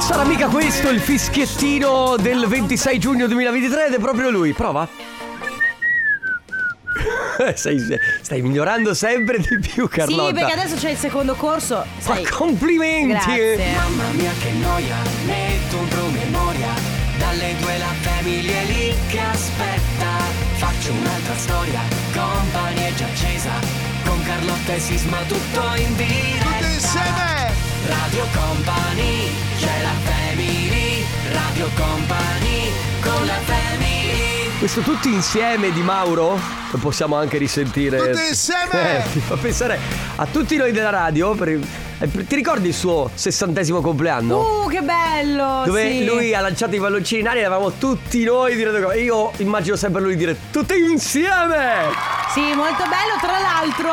Sarà mica questo il fischiettino del 26 giugno 2023 ed è proprio lui, prova. Sei- stai migliorando sempre di più, Carlotta. Sì, perché adesso c'è il secondo corso. Ma Sai, complimenti! grazie. Mamma mia che noia, metto un promemoria Dalle due la famiglia è lì che aspetta Faccio un'altra storia, company è già accesa Con Carlotta e Sisma tutto in diretta Tutti insieme! Radio Company, c'è la family Radio Company, con la family Questo tutti insieme di Mauro lo possiamo anche risentire. Tutti insieme! Eh, mi fa pensare a tutti noi della radio. per- eh, per- ti ricordi il suo sessantesimo compleanno? Uh, che bello! Dove sì. lui ha lanciato i palloncini in aria e eravamo tutti noi dire e io immagino sempre lui dire tutti insieme! Sì, molto bello. Tra l'altro,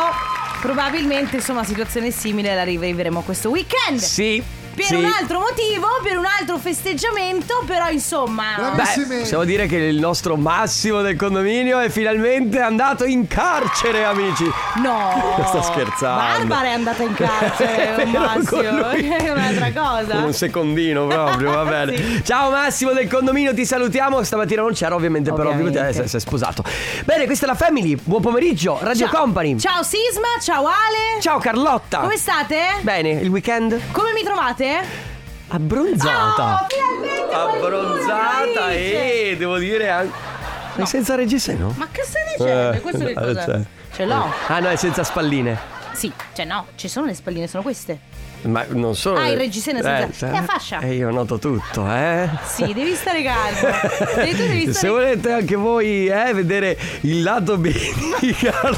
probabilmente, insomma, situazione simile la rivivremo questo weekend. Sì. Per sì. un altro motivo, per un altro festeggiamento, però insomma. Beh, Bravissimi. possiamo dire che il nostro Massimo del condominio è finalmente andato in carcere, amici. Esatto. No! Sto scherzando. Barbara è andata in carcere, È vero, Massimo. con lui. È un'altra Con cosa. un secondino proprio, va bene. Sì. Ciao Massimo del condominio, ti salutiamo. Stamattina non c'era, ovviamente, Ovviamente. però eh, si è sposato. Bene, questa è la Family. Buon pomeriggio, Radio Company. Ciao Sisma, ciao Ale. Ciao Carlotta. Come state? Bene, il weekend? Come mi trovate? Abbronzata. Oh, finalmente qualcuno, Abbronzata Alice. e devo dire anche. È senza reggiseno? Ma che stai dicendo? Eh, Questo che eh, cos'è? cioè. Ce l'ho. Ah no, è senza spalline. Sì, cioè no, ci sono le spalline, sono queste. Ma non solo. Ah, il reggiseno è senza- cioè- è a fascia. E io noto tutto, eh. Sì, devi stare calmo. Devi- tu devi Se stare volete anche voi eh, vedere il lato B di Carlo,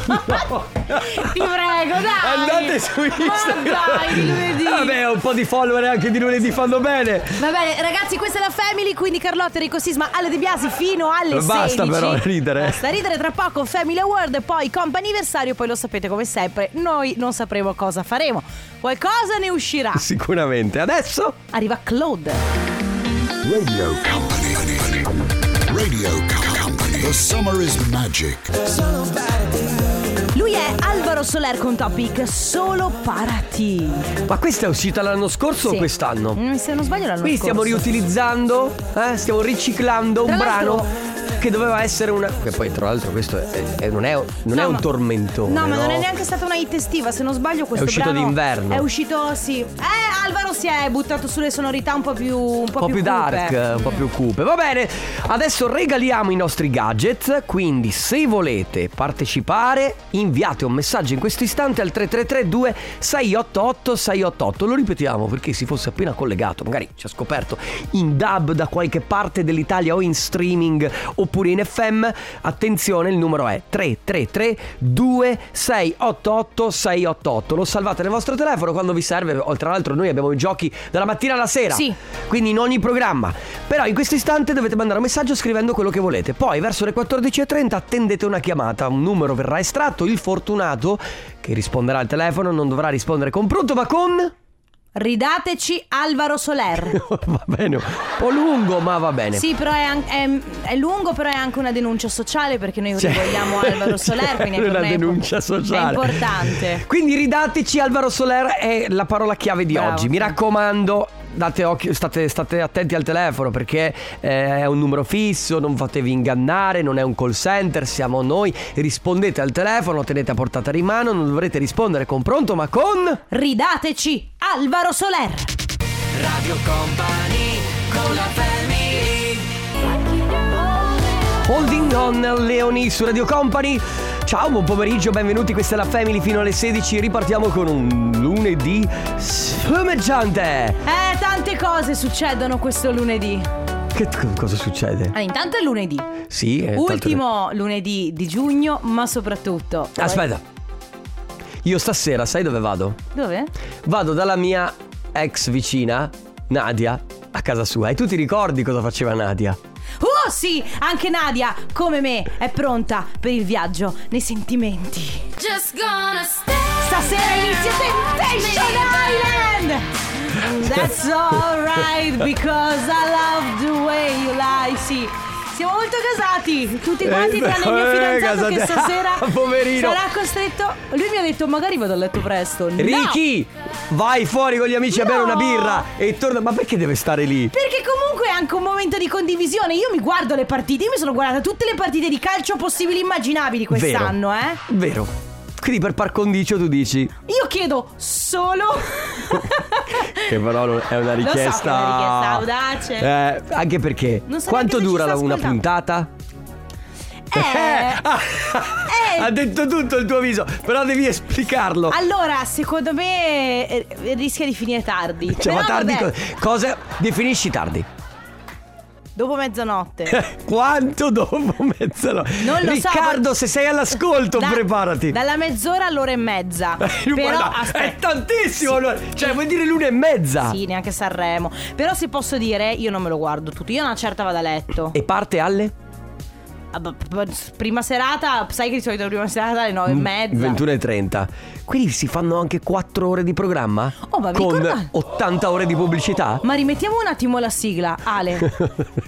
Ti prego, dai. andate su Instagram. Ma dai, di lunedì. Vabbè, un po' di follower anche di lunedì fanno bene. Va bene, ragazzi, questa è la Family, quindi Carlotta, Enrico Sisma, Ale De Biasi fino alle Basta 16. però ridere. Basta ridere tra poco Family Award, poi comp'anniversario, poi lo sapete come sempre, noi non sapremo cosa faremo. Qualcosa ne uscirà. Sicuramente. Adesso Arriva Claude. Radio Company. Radio Company. The summer is magic. Lui è Alvaro Soler con Topic Solo Parati. Ma questa è uscita l'anno scorso o quest'anno? Mm, Se non sbaglio l'anno Quindi scorso. stiamo riutilizzando, eh, stiamo riciclando un Tra brano l'altro- che doveva essere una... Che poi tra l'altro questo è- è- non è, non è No, un ma- tormentone. No, ma non è neanche stata una hit estiva, se non sbaglio questo uscito brano d'inverno. È uscito, sì. Eh, Alvaro si è buttato sulle sonorità un po' più un un po' po' più dark, cupe. un po' più cupe. Va bene, adesso regaliamo i nostri gadget, quindi se volete partecipare inviate un messaggio in questo istante al 3332 688 688. Lo ripetiamo perché si fosse appena collegato, magari ci ha scoperto in dub da qualche parte dell'Italia o in streaming oppure in FM. Attenzione, il numero è 333 2688 688. Lo salvate nel vostro telefono quando vi serve. Oh, Tra l'altro noi abbiamo i giochi dalla mattina alla sera. Sì. Quindi in ogni programma. Però in questo istante dovete mandare un messaggio scrivendo quello che volete. Poi verso le 14.30 attendete una chiamata. Un numero verrà estratto. Il fortunato che risponderà al telefono non dovrà rispondere con pronto ma con... Ridateci Alvaro Soler. va bene. Un po' lungo ma va bene. Sì, però è, an- è- è lungo, però è anche una denuncia sociale perché noi Cioè, rivogliamo Alvaro Soler. cioè, Quindi non è per una me denuncia sociale. È importante. Quindi ridateci Alvaro Soler è la parola chiave di Bravo. oggi. Mi raccomando, date occhio, state, state attenti al telefono perché eh, è un numero fisso, non fatevi ingannare, non è un call center, siamo noi. Rispondete al telefono, tenete a portata di mano, non dovrete rispondere con pronto ma con... Ridateci Alvaro Soler. Radio Company, con la family Holding on Leoni su Radio Company. Ciao, buon pomeriggio, benvenuti, questa è la Family fino alle 16, ripartiamo con un lunedì sfumeggiante. Eh, tante cose succedono questo lunedì. Che co- cosa succede? Allora, intanto è lunedì. Sì, eh, tanto- Ultimo lunedì di giugno, ma soprattutto. Aspetta. Io stasera, sai dove vado? Dove? Vado dalla mia ex vicina, Nadia, a casa sua. E tu ti ricordi cosa faceva Nadia? Oh sì, anche Nadia, come me, è pronta per il viaggio nei sentimenti. Stasera inizia Temptation Island! That's alright because I love the way you lie, sì. Siamo molto casati, tutti quanti, tranne il mio eh, fidanzato che casate- stasera Poverino. sarà costretto. Lui mi ha detto, magari vado a letto presto. No! Ricky, vai fuori con gli amici a No. Eh. bere una birra e torna. Ma perché deve stare lì? Perché comunque è anche un momento di condivisione. Io mi guardo le partite, io mi sono guardata tutte le partite di calcio possibili e immaginabili quest'anno, Vero. eh. Vero. Quindi per par condicio tu dici Io chiedo solo che però non- è una Lo so che è una richiesta. richiesta audace. Eh, anche perché Non so quanto neanche se dura ci la- sta una puntata? ascoltando. Eh, eh. Ah, Ha detto tutto il tuo viso, però devi esplicarlo. Allora, secondo me eh, rischia di finire tardi. Cioè, ma Però tardi vabbè, co- cosa definisci tardi? dopo mezzanotte. Quanto dopo mezzanotte? Non lo so, Riccardo, ma- se sei all'ascolto, Da- preparati. Dalla mezz'ora all'ora e mezza. Però Eh, Guarda, è aspetta. tantissimo. allora. Cioè, vuol dire l'una e mezza. Sì, neanche Sanremo. Però se posso dire, io non me lo guardo tutto. Io una certa vado a letto. E parte alle? Ah, b- b- Prima serata, sai che di solito la prima serata alle Mm, nove e mezza. 21.30. Quindi si fanno anche 4 ore di programma? Oh, ma mi Con ricorda- 80 ore di pubblicità? Ma rimettiamo un attimo la sigla, Ale.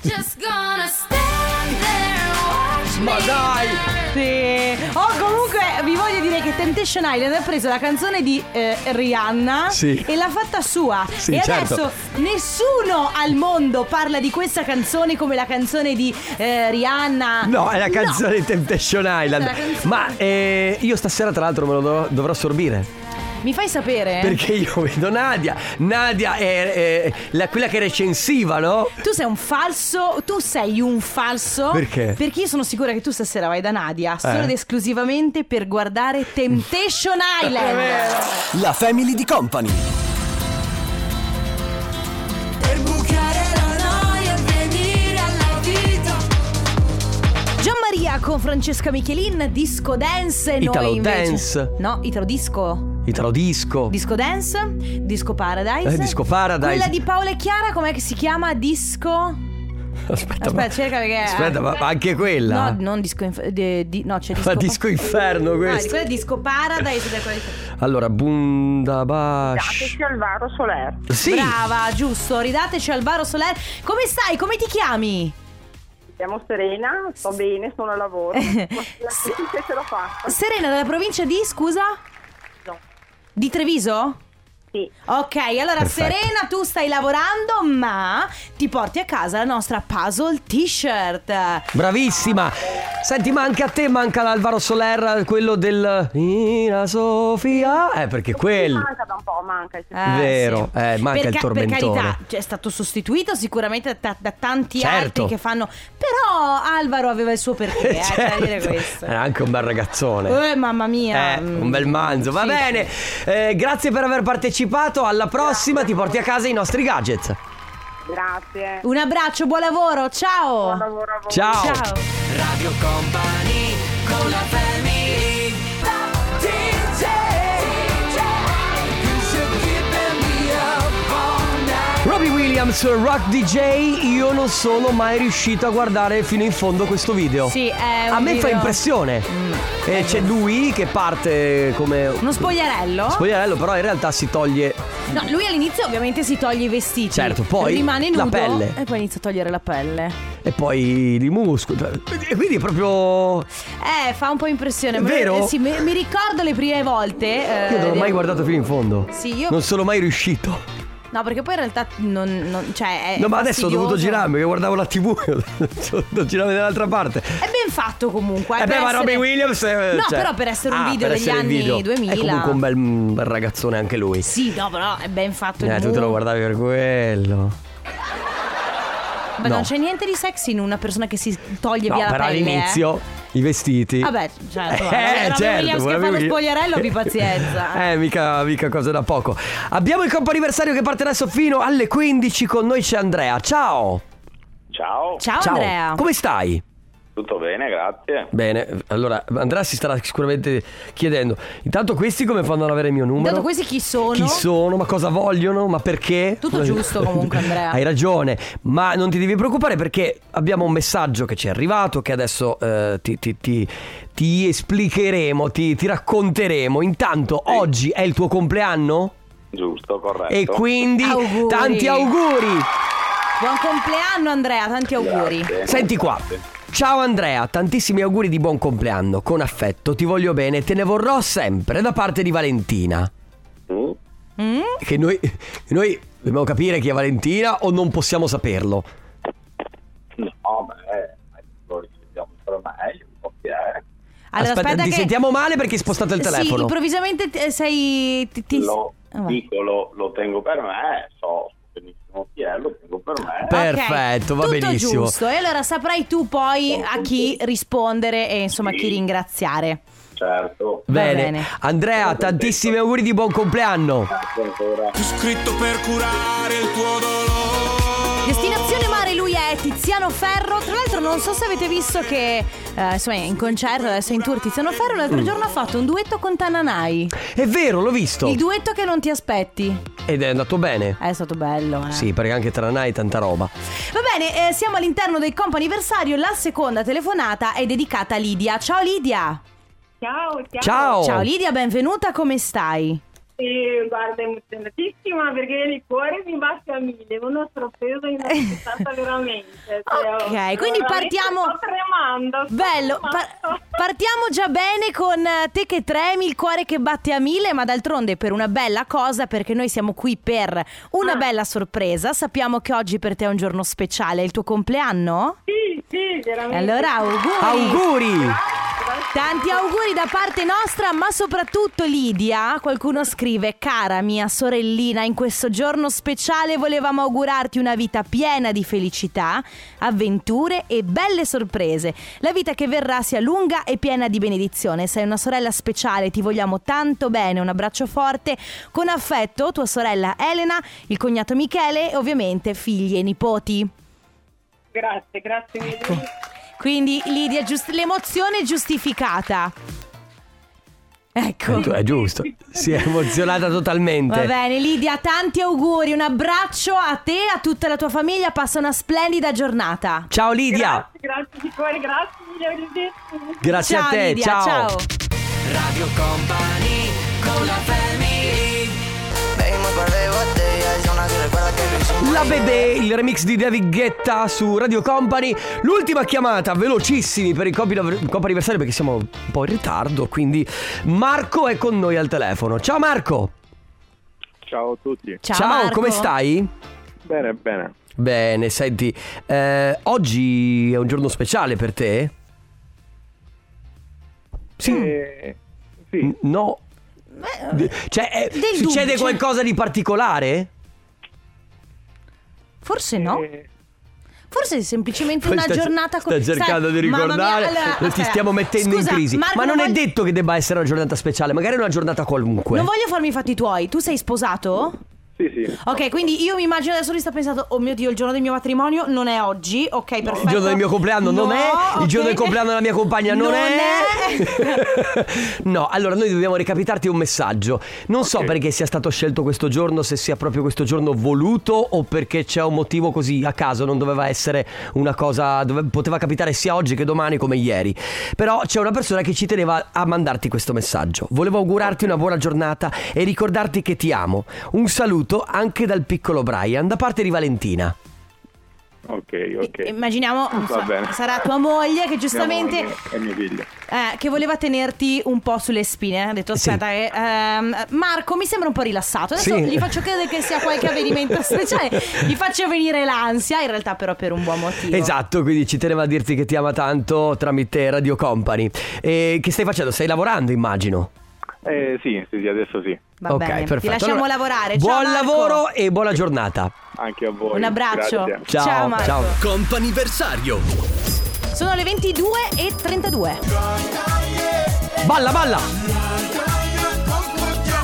Just gonna stand there and watch Ma me dai! burn. Sì. Oh, comunque vi voglio dire che Temptation Island ha preso la canzone di eh, Rihanna Sì. e l'ha fatta sua. Sì, e certo. adesso nessuno al mondo parla di questa canzone come la canzone di eh, Rihanna. No, è la canzone di Temptation Island. Questa è la canzone. Ma eh, io stasera, tra l'altro, me lo dovrò, dovrò assorbire. Mi fai sapere? Perché io vedo Nadia. Nadia è, è la- quella che recensiva, no? Tu sei un falso, tu sei un falso. Perché? Perché io sono sicura che tu stasera vai da Nadia solo Eh. ed esclusivamente per guardare Temptation Island. La Family di Company. Per bucare la noia e venire alla vita Gianmaria con Francesca Michelin, disco dance. e Italo noi invece... dance. No, Italo disco. Italo disco. Disco dance, disco paradise. Eh, disco paradise. Quella di Paola e Chiara, com'è che si chiama? Disco. Aspetta, Aspetta, cerca perché- Aspetta, ma ma anche quella. No, non disco. inf- de- di- no, c'è disco. Ma disco inferno Ah, questo. quella è disco paradise. ed è quella di- Allora, Bundabash. Alvaro Soler. Sì. Brava, giusto. Ridateci Alvaro Soler. Come stai? Come ti chiami? Siamo serena, sto bene, sono a lavoro. Ma la Sì. gente ce l'ho fatta. Serena dalla provincia di, scusa? No. Di Treviso? Sì, Ok, allora Perfetto. Serena, tu stai lavorando, ma ti porti a casa la nostra puzzle t-shirt. Eh, Bravissima! Senti, ma anche a te manca l'Alvaro Soler, quello del Ina Sofia. Eh, perché quel. Ah, manca da un po', manca. il Eh, Vero, sì. eh, manca Per il ca- tormentone. Per carità, cioè, è stato sostituito sicuramente da, da tanti Certo. altri che fanno. Però Alvaro aveva il suo perché, eh, c'è da dire Certo. questo. Era anche un bel ragazzone. Eh, mamma mia. Eh, un bel manzo, va Sì, bene. Eh, grazie per aver partecipato. Alla prossima, ti porti a casa i nostri gadget. fatto. Grazie. sì. Un abbraccio, buon lavoro, Buon ciao. lavoro a voi. Ciao. Ciao. Radio Company con la family Robbie Williams, Rock DJ. Io non sono mai riuscito a guardare fino in fondo questo video. Sì, è un a me fa video- Mm. impressione. Eh, c'è lui che parte come. Uno spogliarello? Spogliarello, però in realtà si toglie. No, lui all'inizio ovviamente si toglie i vestiti. Certo, poi rimane nudo la pelle. e poi inizia a togliere la pelle. E poi di muscoli. E quindi è proprio. Eh, fa un po' impressione. ma- Vero? eh, sì, mi, mi ricordo le prime volte. eh, Io non l'ho di- mai guardato fino in fondo. Sì, io- Non sono mai riuscito. No, perché poi in realtà non. non- cioè, è No, ma adesso ho dovuto fastidioso. girarmi, perché guardavo la TV. ho dovuto girarmi dall'altra parte. È ben fatto comunque. eh, Eh beh, per ma essere- Robbie Williams. eh, No, cioè- però per essere un Ah, video per degli essere anni un video. 2000. È comunque un bel mm, bel ragazzone anche lui. Sì, no, però è ben fatto il Eh, tu te lo mood. guardavi per quello. Ma no. non c'è niente di sexy in una persona che si toglie No, via la però pelle. all'inizio i vestiti. eh. Vabbè, certo. Eh, allora, Robbie certo, Williams che fa lo Williams. spogliarello, abbi pazienza. Eh, mica, mica cosa da poco. Abbiamo il compo anniversario che parte adesso fino alle 15. Con noi c'è Andrea. Ciao. Ciao, Ciao, Andrea. Come stai? tutto bene, grazie. Bene, allora Andrea si starà sicuramente chiedendo. Intanto questi come fanno ad avere il mio numero? Intanto questi chi sono? Chi sono? Ma cosa vogliono? Ma perché? Tutto giusto comunque, Andrea. Hai ragione, ma non ti devi preoccupare perché abbiamo un messaggio che ci è arrivato che adesso eh, ti, ti- ti- ti esplicheremo, ti, ti racconteremo. Intanto oggi è il tuo compleanno Giusto, corretto. e quindi Auguri. tanti auguri. Buon compleanno Andrea, tanti auguri. Grazie. Senti qua. Ciao Andrea, tantissimi auguri di buon compleanno. Con affetto, ti voglio bene, te ne vorrò sempre da parte di Valentina. Mm? Che noi, noi dobbiamo capire chi è Valentina o non possiamo saperlo. No, ma eh, lo riceviamo tra meglio, un po' chi è. Aspetta, ti sentiamo male perché hai spostato il Sì, telefono. improvvisamente ti- eh, sei... Ti, ti- Lo Ah, va. dico, lo, lo tengo per me, so benissimo chi è, lo tengo per me. Per- Ok, Perfetto, va tutto benissimo. giusto. E allora saprai tu poi a chi rispondere e insomma chi ringraziare. certo. Va Bene. bene. Andrea, tantissimi auguri di buon compleanno. Grazie ancora. Destinazione mare, lui è Tiziano Ferro. Tra l'altro, non so se avete visto che eh, insomma, è in concerto adesso è in tour Tiziano Ferro. L'altro Mm. giorno ha fatto un duetto con Tananai. È vero, l'ho visto. Il duetto che non ti aspetti. Ed è andato bene. È stato bello. eh. Sì, perché anche Tranai è tanta roba. Va bene, eh, siamo all'interno del comp anniversario. La seconda telefonata è dedicata a Lidia. Ciao Lidia. Ciao, ciao. Ciao. Ciao Lidia, benvenuta, come stai? Sì, guarda, emozionatissima perché il cuore mi batte a mille, una sorpresa inaspettata veramente. Cioè, Ok, quindi oh, veramente partiamo- Sto tremando. sto Bello, par- tremando. partiamo già bene con eh, te che tremi, il cuore che batte a mille, ma d'altronde per una bella cosa, perché noi siamo qui per una Ah. bella sorpresa. Sappiamo che oggi per te è un giorno speciale, è il tuo compleanno? Sì, sì, E veramente. allora auguri! Auguri. Tanti auguri da parte nostra, ma soprattutto Lidia, qualcuno scrive, cara mia sorellina, in questo giorno speciale volevamo augurarti una vita piena di felicità, avventure e belle sorprese. La vita che verrà sia lunga e piena di benedizione. Sei una sorella speciale, ti vogliamo tanto bene, un abbraccio forte, con affetto tua sorella Elena, il cognato Michele e ovviamente figli e nipoti. Grazie, grazie mille. Quindi Lidia, giust- l'emozione è giustificata. Ecco. Cioè, È cioè giusto. Si è emozionata totalmente. Va bene Lidia, tanti auguri, un abbraccio a te e a tutta la tua famiglia, passa una splendida giornata. Ciao Lidia. Grazie, grazie di cuore, grazie mille, arrivederci. Grazie ciao a te. Lidia, ciao. Radio Company con la family. La Bebè, il remix di David Guetta su Radio Company. L'ultima chiamata, velocissimi per il compito- compito anniversario perché siamo un po' in ritardo, quindi Marco è con noi al telefono. Ciao Marco. Ciao a tutti. Ciao, Marco. come stai? Bene, bene. Bene, senti, eh, oggi è un giorno speciale per te? Sì. Eh, sì, N- No. D- Cioè, eh, del succede dubbio. qualcosa di particolare? Forse no, eh, forse è semplicemente Poi una sta- giornata sta cercando Sai, di mamma mia, ricordare allora, ti aspetta. stiamo mettendo Scusa, in crisi Marco, ma non è voglio- detto eh. che debba essere una giornata speciale magari è una giornata qualunque Non voglio farmi i fatti tuoi, tu sei sposato? sì, sì. Ok, quindi io mi immagino adesso lui sta pensando, oh mio Dio, il giorno del mio matrimonio non è oggi, ok, perfetto. il giorno del mio compleanno non No, è, il giorno ok. del compleanno della mia compagna non, Non no, allora noi dobbiamo recapitarti un messaggio. Non so Ok. perché sia stato scelto questo giorno, se sia proprio questo giorno voluto o perché c'è un motivo così a caso, non doveva essere una cosa, dove- poteva capitare sia oggi che domani come ieri. Però c'è una persona che ci teneva a mandarti questo messaggio. Volevo augurarti una buona giornata e ricordarti che ti amo. Un saluto anche dal piccolo Brian da parte di Valentina. Oh. Ok, ok. Immaginiamo, Va bene. sarà tua moglie che giustamente... Mia moglie E mia figlia. Eh, che voleva tenerti un po' sulle spine. Ha detto: Sì. Aspetta, eh, ehm, Marco mi sembra un po' rilassato. Adesso Sì. gli faccio credere che sia qualche avvenimento speciale. Gli faccio venire l'ansia. In realtà, però, per un buon motivo. Esatto, quindi ci tenevo a dirti che ti ama tanto tramite Radio Company. E che stai facendo? Stai lavorando, immagino. Eh, sì, sì, sì, adesso sì. Va ok, bene, perfetto. ti lasciamo Allora, lavorare. Ciao, Buon Marco. lavoro e buona giornata. Anche a voi. Un abbraccio. Grazie. Ciao, Ciao, Marco. ciao. Comp'anniversario. Sono le 22 e 32. Balla, balla!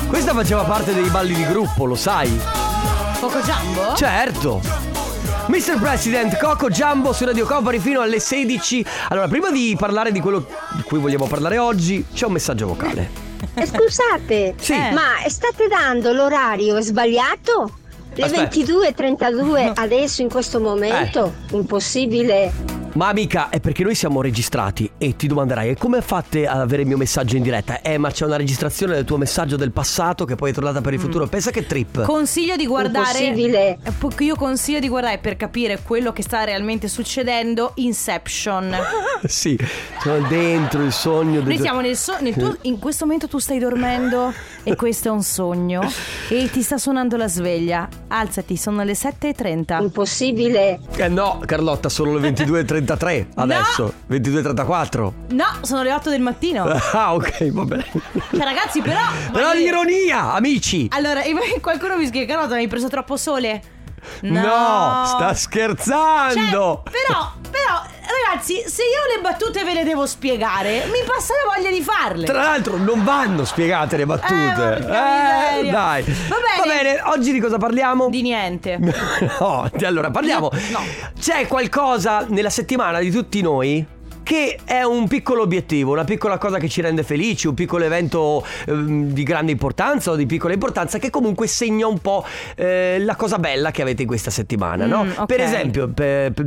Questa faceva parte dei balli di gruppo, lo sai? Poco Jumbo? Certo! Mr. President, Coco Jumbo su Radio Company fino alle 16. Allora, prima di parlare di quello di cui vogliamo parlare oggi, c'è un messaggio vocale. Eh, Scusate, Sì. ma state dando l'orario sbagliato? Le Aspetta. 22.32 adesso in questo momento? Impossibile. Ma amica, è perché noi siamo registrati e ti domanderai "E come fate ad avere il mio messaggio in diretta? Eh, ma c'è una registrazione del tuo messaggio del passato che poi è tornata Mm. per il futuro. Pensa che trip. Consiglio di guardare. Impossibile. Eh, po- Io consiglio di guardare per capire quello che sta realmente succedendo. Inception. sì, sono dentro il sogno del Noi siamo nel so- nel tuo- in questo momento tu stai dormendo e questo è un sogno e ti sta suonando la sveglia. Alzati, sono le 7.30. Impossibile. Eh no, Carlotta, sono le 22.33 adesso. 22.34. No, sono le 8 del mattino. Ah, ok, va bene. Cioè ragazzi, però Però voglio- l'ironia, amici. Allora, e- qualcuno mi scrive Carlotta, mi hai preso troppo sole. sta Cioè, scherzando. però, però, ragazzi, se io le battute ve le devo spiegare, mi passa la voglia di farle. Tra l'altro non vanno spiegate le battute. Eh, porca Eh, miseria. dai. Va bene. oggi di cosa parliamo? Di niente. No, allora parliamo. No. C'è qualcosa nella settimana di tutti noi che è un piccolo obiettivo, una piccola cosa che ci rende felici, un piccolo evento ehm, di grande importanza o di piccola importanza che comunque segna un po' eh, la cosa bella che avete in questa settimana, no? Mm, ok. Per esempio, pe- pe-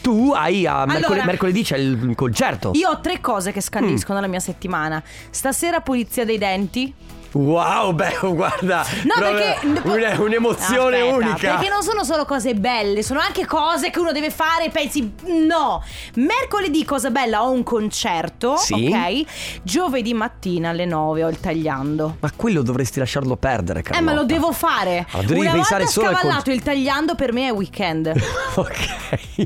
tu hai a mercol- Allora- mercoledì c'è il concerto. Io ho tre cose che scandiscono Mm. la mia settimana. Stasera pulizia dei denti. Wow, beh, guarda, No, proprio perché eh, un- un'emozione Aspetta, unica. Perché non sono solo cose belle, sono anche cose che uno deve fare e pensi no. Mercoledì cosa bella ho un concerto, Sì. ok? Giovedì mattina alle 9 ho il tagliando. Ma quello dovresti lasciarlo perdere, Eh, ma Carlotta. lo devo fare. Allora, Ah, devi Una pensare volta solo al scavallato con- il tagliando per me è weekend. ok.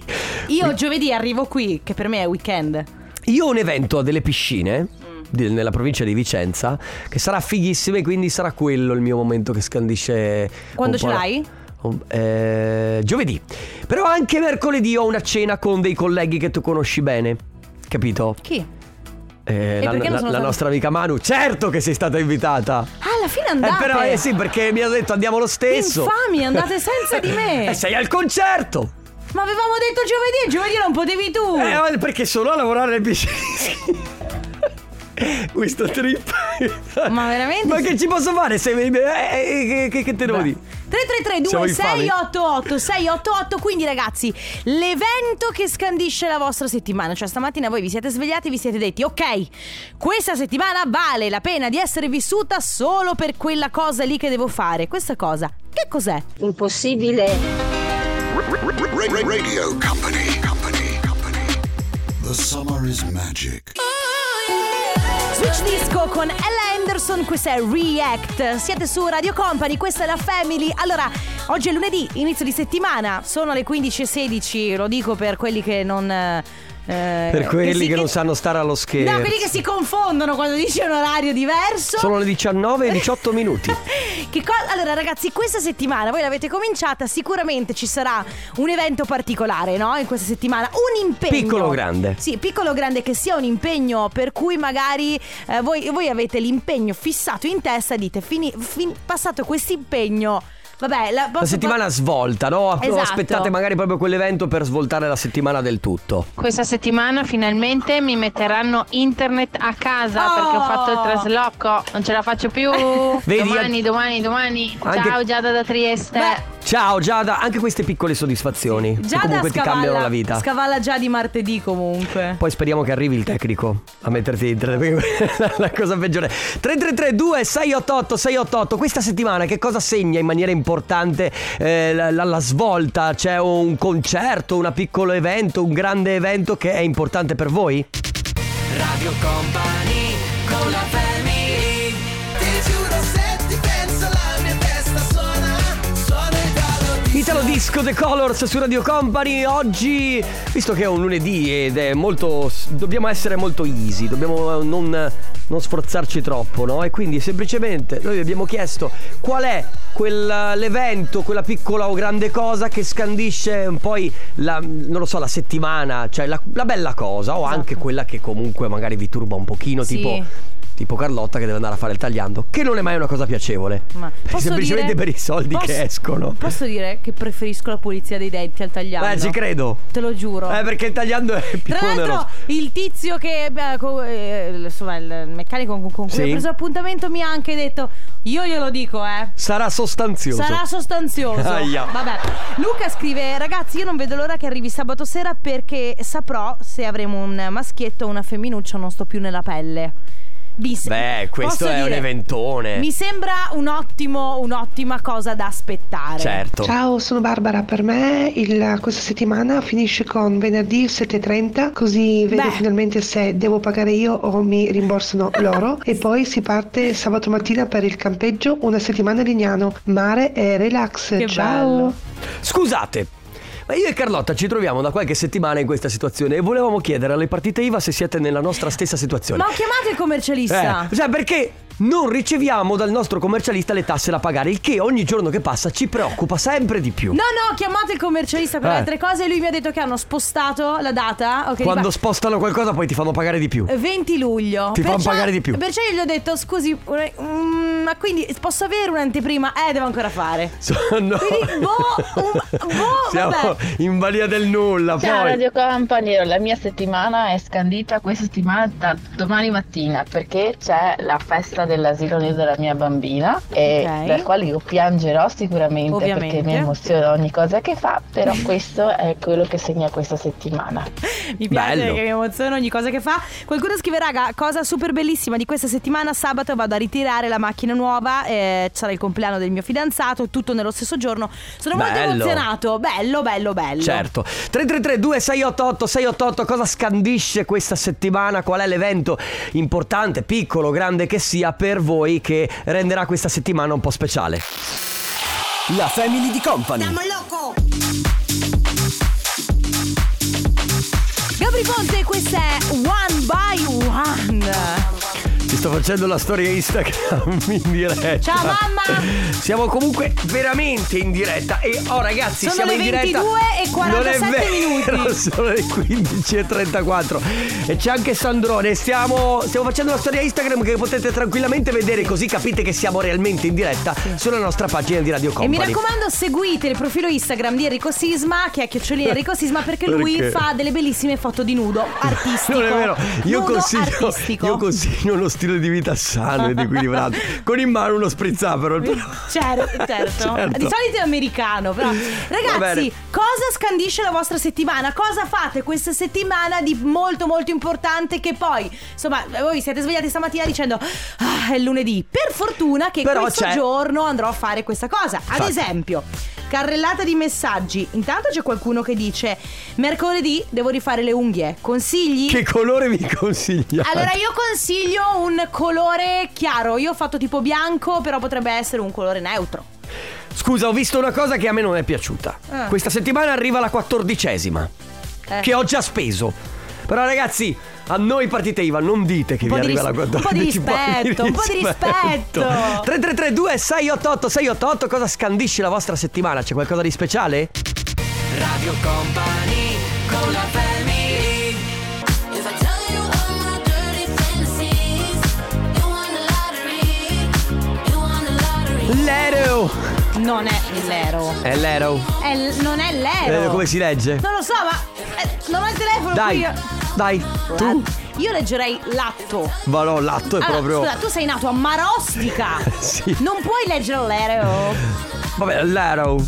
Io giovedì arrivo qui, che per me è weekend. Io ho un evento a delle piscine Mm. di- nella provincia di Vicenza che sarà fighissimo e quindi sarà quello il mio momento che scandisce. Quando un po' ce la- l'hai? un- eh, giovedì. Però anche mercoledì ho una cena con dei colleghi che tu conosci bene. Capito? Chi? Eh, la perché non la- la sono stata- nostra amica Manu, certo che sei stata invitata. Ah, alla fine Eh, andate. però eh sì, perché mi ha detto andiamo lo stesso. Infami, andate senza di me. Eh, sei al concerto. Ma avevamo detto giovedì, e giovedì non potevi tu. Eh, ma perché sono a lavorare nel piscina. Questo trip. Ma veramente? Ma che ci posso fare? Se... eh, eh, eh, che, che te devo dire? 3332 688 688 Quindi ragazzi L'evento che scandisce la vostra settimana Cioè stamattina voi vi siete svegliati e vi siete detti Ok questa settimana vale la pena di essere vissuta Solo per quella cosa lì che devo fare Questa cosa Che cos'è? Impossibile. Radio Company. Company. Company. The summer is magic. Switch Disco con Ella Anderson Questa è React Siete su Radio Company Questa è la Family Allora Oggi è lunedì Inizio di settimana Sono le 15.16 Lo dico per quelli che non eh, Per quelli si- che, non sanno stare allo scherzo. No, quelli che si confondono quando dici un orario diverso. Sono le 19 e 18 minuti. Che co- allora, ragazzi, questa settimana voi l'avete cominciata. Sicuramente ci sarà un evento particolare, no? In questa settimana. Un impegno. Piccolo o grande? Sì, piccolo o grande che sia un impegno per cui magari eh, voi, voi avete l'impegno fissato in testa e dite: fini- fin- passato questo impegno. Vabbè, la, La posso- settimana svolta, no? Esatto. Aspettate magari proprio quell'evento per svoltare la settimana del tutto. Questa settimana finalmente mi metteranno internet a casa Oh! perché ho fatto il trasloco, non ce la faccio più. Vedi, domani, anche- domani, domani. anche- Ciao Giada da Trieste. Beh, Ciao Giada, anche queste piccole soddisfazioni che Giada comunque ti scavalla, cambiano la vita. Scavalla già di martedì comunque. Poi speriamo che arrivi il tecnico a metterti in tre, perché quella è la cosa peggiore. 3332 688 688, questa settimana che cosa segna in maniera importante eh, la, la- la svolta? C'è un concerto, un piccolo evento, un grande evento che è importante per voi? Radio Company con la family Ti giuro se ti penso la mia testa suona Suona il gallo di Italo Disco The Colors su Radio Company oggi, visto che è un lunedì ed è molto... dobbiamo essere molto easy, dobbiamo eh, non, non sforzarci troppo, no? E quindi semplicemente noi vi abbiamo chiesto qual è quel- l'evento, quella piccola o grande cosa che scandisce poi la, non lo so, la settimana, cioè la, la bella cosa o anche quella che comunque magari vi turba un pochino, Esatto. Sì. tipo... tipo Carlotta che deve andare a fare il tagliando, che non è mai una cosa piacevole. Ma posso semplicemente dire- per i soldi posso- che escono. Posso dire che preferisco la pulizia dei denti al tagliando? Beh, Eh, ci credo. Te lo giuro. Eh, perché il tagliando è più Tra l'altro, oneroso. il tizio che. eh, co- eh, insomma, il il meccanico con, con cui Sì. ho preso appuntamento mi ha anche detto: Io glielo dico, eh. Sarà sostanzioso. Sarà sostanzioso. Aia. Vabbè. Luca scrive: Ragazzi, io non vedo l'ora che arrivi sabato sera perché saprò se avremo un maschietto o una femminuccia. Non sto più nella pelle. Mi se- Beh, questo posso è un dire, eventone. Mi sembra un ottimo, un'ottima cosa da aspettare. Certo. Ciao, sono Barbara. Per me il- questa settimana finisce con venerdì 7.30, così vedo Beh. finalmente se devo pagare io o mi rimborsano loro. E poi si parte sabato mattina per il campeggio, una settimana a Lignano, mare e relax. Che Ciao. bello. Scusate, ma io e Carlotta ci troviamo da qualche settimana in questa situazione e volevamo chiedere alle partite IVA se siete nella nostra stessa situazione. Ma ho chiamato il commercialista. Eh, cioè, perché non riceviamo dal nostro commercialista le tasse da pagare, il che ogni giorno che passa ci preoccupa sempre di più. No, no, ho chiamato il commercialista per Eh. le altre cose e lui mi ha detto che hanno spostato la data. ok, Quando va- spostano qualcosa poi ti fanno pagare di più. 20 luglio. Ti fanno pagare di più. Perciò io gli ho detto, scusi, eh, mm, ma quindi posso avere un'anteprima? Eh, devo ancora fare. Sono... Quindi, boh, um, boh, Siamo vabbè. in balia del nulla. Ciao poi. Radio Company, la mia settimana è scandita questa settimana da domani mattina perché c'è la festa dell'asilo nido della mia bambina e Ok. per la quale io piangerò sicuramente Ovviamente. perché mi emoziona ogni cosa che fa, però questo è quello che segna questa settimana. Mi piace Bello. che mi emoziona ogni cosa che fa. Qualcuno scrive, raga, cosa super bellissima di questa settimana. Sabato vado a ritirare la macchina nuova. eh, c'era il compleanno del mio fidanzato, tutto nello stesso giorno. Sono molto Bello. emozionato. Bello, bello, bello. Certo. 333 2688 688 cosa scandisce questa settimana? Qual è l'evento importante, piccolo, grande che sia per voi che renderà questa settimana un po' speciale? La Family di Company. Gabri Ponte, questa è One by One. Ti sto facendo la storia Instagram in diretta. Ciao, mamma! Siamo comunque veramente in diretta e oh ragazzi, Sono siamo le in diretta. 22 e 47 non è vero, Sono le 15 e 34 e c'è anche Sandrone. Stiamo, stiamo facendo la storia Instagram che potete tranquillamente vedere così capite che siamo realmente in diretta sulla nostra pagina di Radio E mi Company. raccomando, seguite il profilo Instagram di Enrico Sisma, che è chiocciolina Enrico Sisma, perché, lui Perché? fa delle bellissime foto di nudo artistico. Non è vero, io Nudo consiglio, artistico. io consiglio uno stile di vita sano ed equilibrato, con in mano uno sprizzapero. però- Certo, certo. Certo. Di solito è americano, però. Va bene. Ragazzi, cosa scandisce la vostra settimana? Cosa fate questa settimana di molto molto importante che poi, insomma, voi siete svegliati stamattina dicendo "Ah, è lunedì. Per fortuna che Però questo c'è- giorno andrò a fare questa cosa. Ad Infatti. esempio, carrellata di messaggi. Intanto c'è qualcuno che dice "Mercoledì devo rifare le unghie. Consigli?" Che colore vi consigliate? Allora io consiglio un colore chiaro, io ho fatto tipo bianco, però potrebbe essere un colore neutro. Scusa, ho visto una cosa che a me non è piaciuta. Ah. Questa settimana arriva la quattordicesima, Eh. che ho già speso. Però ragazzi, a noi partite IVA, non dite che Un vi po' di arriva ris- la un po' di quattordicesima. rispetto, un po' di rispetto. 3332 688 688, cosa scandisce la vostra settimana? C'è qualcosa di speciale? Radio Company con la family. If I tell you all my dirty fantasies, you want the lottery, you want the lottery. Lero! Non è l'ero. È l'ero. È l- non è l'ero. Lero Eh, come si legge? Non lo so, ma eh, non ho il telefono Dai, qui. dai, tu. Ah, Io leggerei latto. Ma no, l'atto è Allora, proprio... Ah, Eh, Scusa, tu sei nato a Marostica. Sì. Non puoi leggere l'ereo. Vabbè, l'Arrow.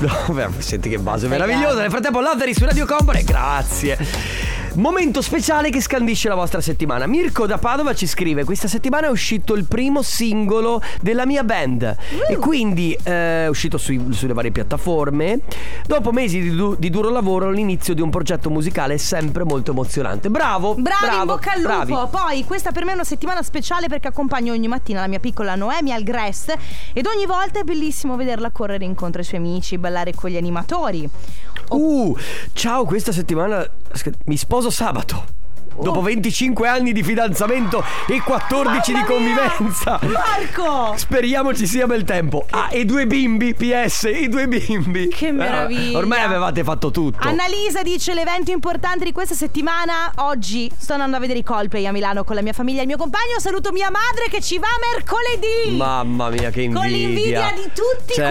No, Vabbè, senti che base meravigliosa. Nel frattempo, Lavery su Radio Company. Grazie. Momento speciale che scandisce la vostra settimana. Mirko da Padova ci scrive: Questa settimana è uscito il primo singolo della mia band. E quindi eh, è uscito sui- sulle varie piattaforme. Dopo mesi di, du- di duro lavoro, l'inizio di un progetto musicale è sempre molto emozionante. Bravo! Bravi, bravo, in bocca al lupo. bravi. Poi, questa per me è una settimana speciale perché accompagno ogni mattina la mia piccola Noemi al Grest ed ogni volta è bellissimo vederla correre incontro ai suoi amici, ballare con gli animatori. Uh, ciao, questa settimana sc- mi sposo sabato. Oh. Dopo 25 anni di fidanzamento e 14 di convivenza. Marco! Speriamo ci sia bel tempo. Ah, e due bimbi, PS, i due bimbi. Che meraviglia. Ormai avevate fatto tutto. Annalisa dice l'evento importante di questa settimana oggi sto andando a vedere i Coldplay a Milano con la mia famiglia e il mio compagno saluto mia madre che ci va mercoledì Mamma mia, che invidia. Con l'invidia di tutti Certo,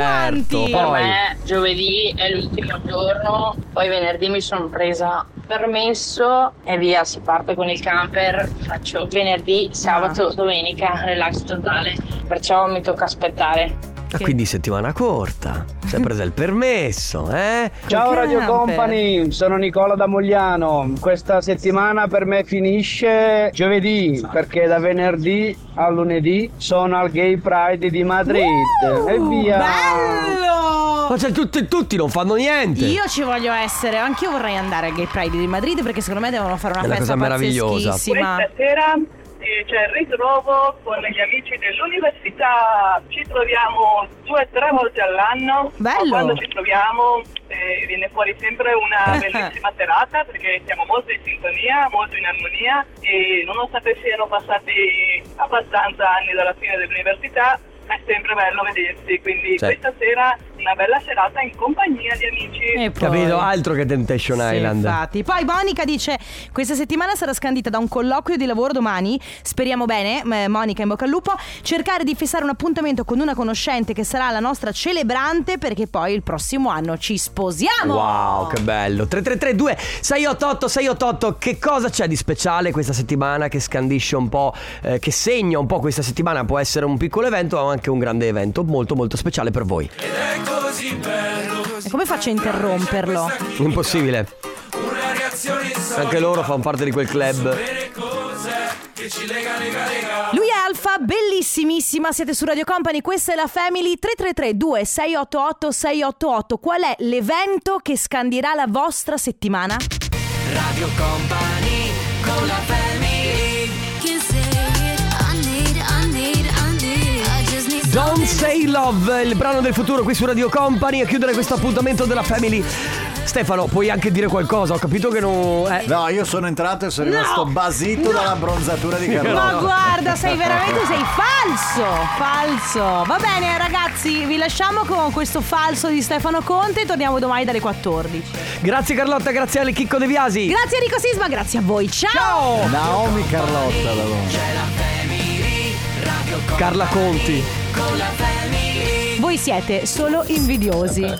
quanti. Per Poi, me giovedì è l'ultimo giorno, poi venerdì mi sono presa permesso e via, si parte con il camper, faccio venerdì, sabato, domenica, relax totale, perciò mi tocca aspettare. Ah, quindi settimana corta. Si è presa il permesso, eh? Ciao Radio Company, sono Nicola da Mogliano. Questa settimana per me finisce giovedì perché da venerdì a lunedì sono al Gay Pride di Madrid. e Eh, via! Uh, Bello! Ma cioè, tutti, tutti non fanno niente. Io ci voglio essere, anch'io vorrei andare al Gay Pride di Madrid perché secondo me devono fare una È una festa cosa meravigliosa. pazzeschissima. Questa sera eh, c'è il ritrovo con gli amici dell'università. Ci troviamo due o tre volte all'anno. ma Bello. Quando ci troviamo eh, viene fuori sempre una bellissima serata perché siamo molto in sintonia, molto in armonia e nonostante siano passati abbastanza anni dalla fine dell'università è sempre bello vedersi. Quindi Sì. questa sera una bella serata in compagnia di amici. Capito? Altro che Temptation Sì, Island. infatti. Poi Monica dice: Questa settimana sarà scandita da un colloquio di lavoro domani. Speriamo bene, eh, Monica, in bocca al lupo. Cercare di fissare un appuntamento con una conoscente che sarà la nostra celebrante, perché poi il prossimo anno ci sposiamo. Wow, che bello! 3332 688 688 Che cosa c'è di speciale questa settimana che scandisce un po', eh, che segna un po' questa settimana? Può essere un piccolo evento o anche un grande evento molto molto speciale per voi. E come faccio a interromperlo? Impossibile. Anche loro fanno parte di quel club. Lui è Alfa, bellissimissima, siete su Radio Company, questa è la Family 333 2688 688. Qual è l'evento che scandirà la vostra settimana? Radio Company con la family. Don't Say Love, il brano del futuro qui su Radio Company a chiudere questo appuntamento della Family. Stefano, puoi anche dire qualcosa? Ho capito che non. eh. No, io sono entrato e sono No! rimasto basito No! dalla bronzatura di Ma Carlotta. guarda, sei veramente sei falso, falso. Va bene ragazzi, vi lasciamo con questo falso di Stefano Conte, torniamo domani dalle 14. Grazie Carlotta, grazie Ale Chicco De Viasi. Grazie Enrico Sisma, grazie a voi. Ciao! Naomi Carlotta da Roma. Carla Conti. Voi siete solo invidiosi.